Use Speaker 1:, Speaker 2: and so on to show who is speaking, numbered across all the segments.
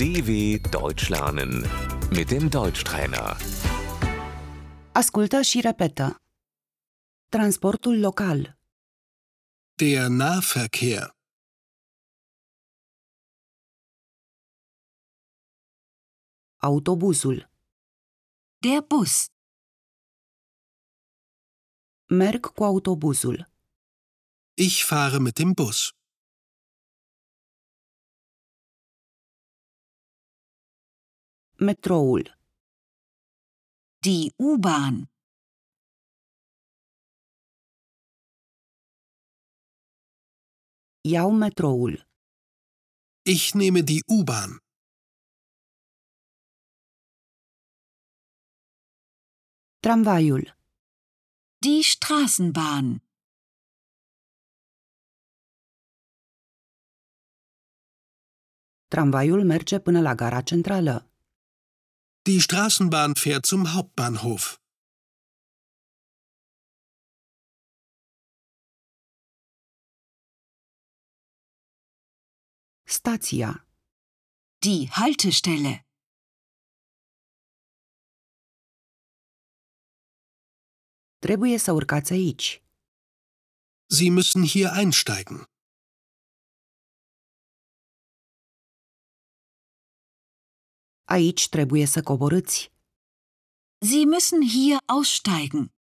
Speaker 1: DW Deutsch lernen mit dem Deutschtrainer.
Speaker 2: Ascultă și repetă. Transportul local.
Speaker 3: Der Nahverkehr.
Speaker 2: Autobuzul. Der Bus. Merg cu autobuzul.
Speaker 3: Ich fahre mit dem Bus.
Speaker 2: Metroul. Die U-Bahn. Iau metroul.
Speaker 3: Ich nehme die U-Bahn.
Speaker 2: Tramvaiul. Die Straßenbahn. Tramvaiul merge până la gara centrală.
Speaker 3: Die Straßenbahn fährt zum Hauptbahnhof.
Speaker 2: Stația. Die Haltestelle. Trebuie să urcați aici.
Speaker 3: Sie müssen hier einsteigen.
Speaker 2: Aici trebuie să coborâți. Sie müssen hier aussteigen.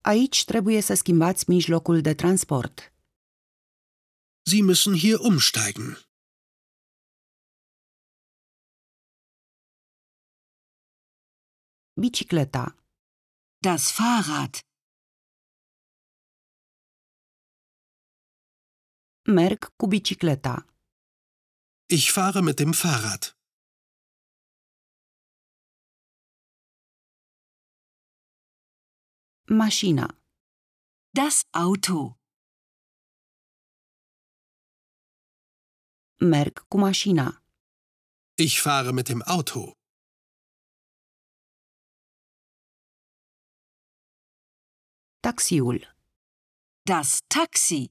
Speaker 2: Aici trebuie să schimbați mijlocul de transport.
Speaker 3: Sie müssen hier umsteigen.
Speaker 2: Bicicleta. Das Fahrrad. Merg cu bicicleta.
Speaker 3: Ich fahre mit dem Fahrrad.
Speaker 2: Mașina. Das Auto. Merg cu mașina.
Speaker 3: Ich fahre mit dem Auto.
Speaker 2: Taxiul. Das Taxi.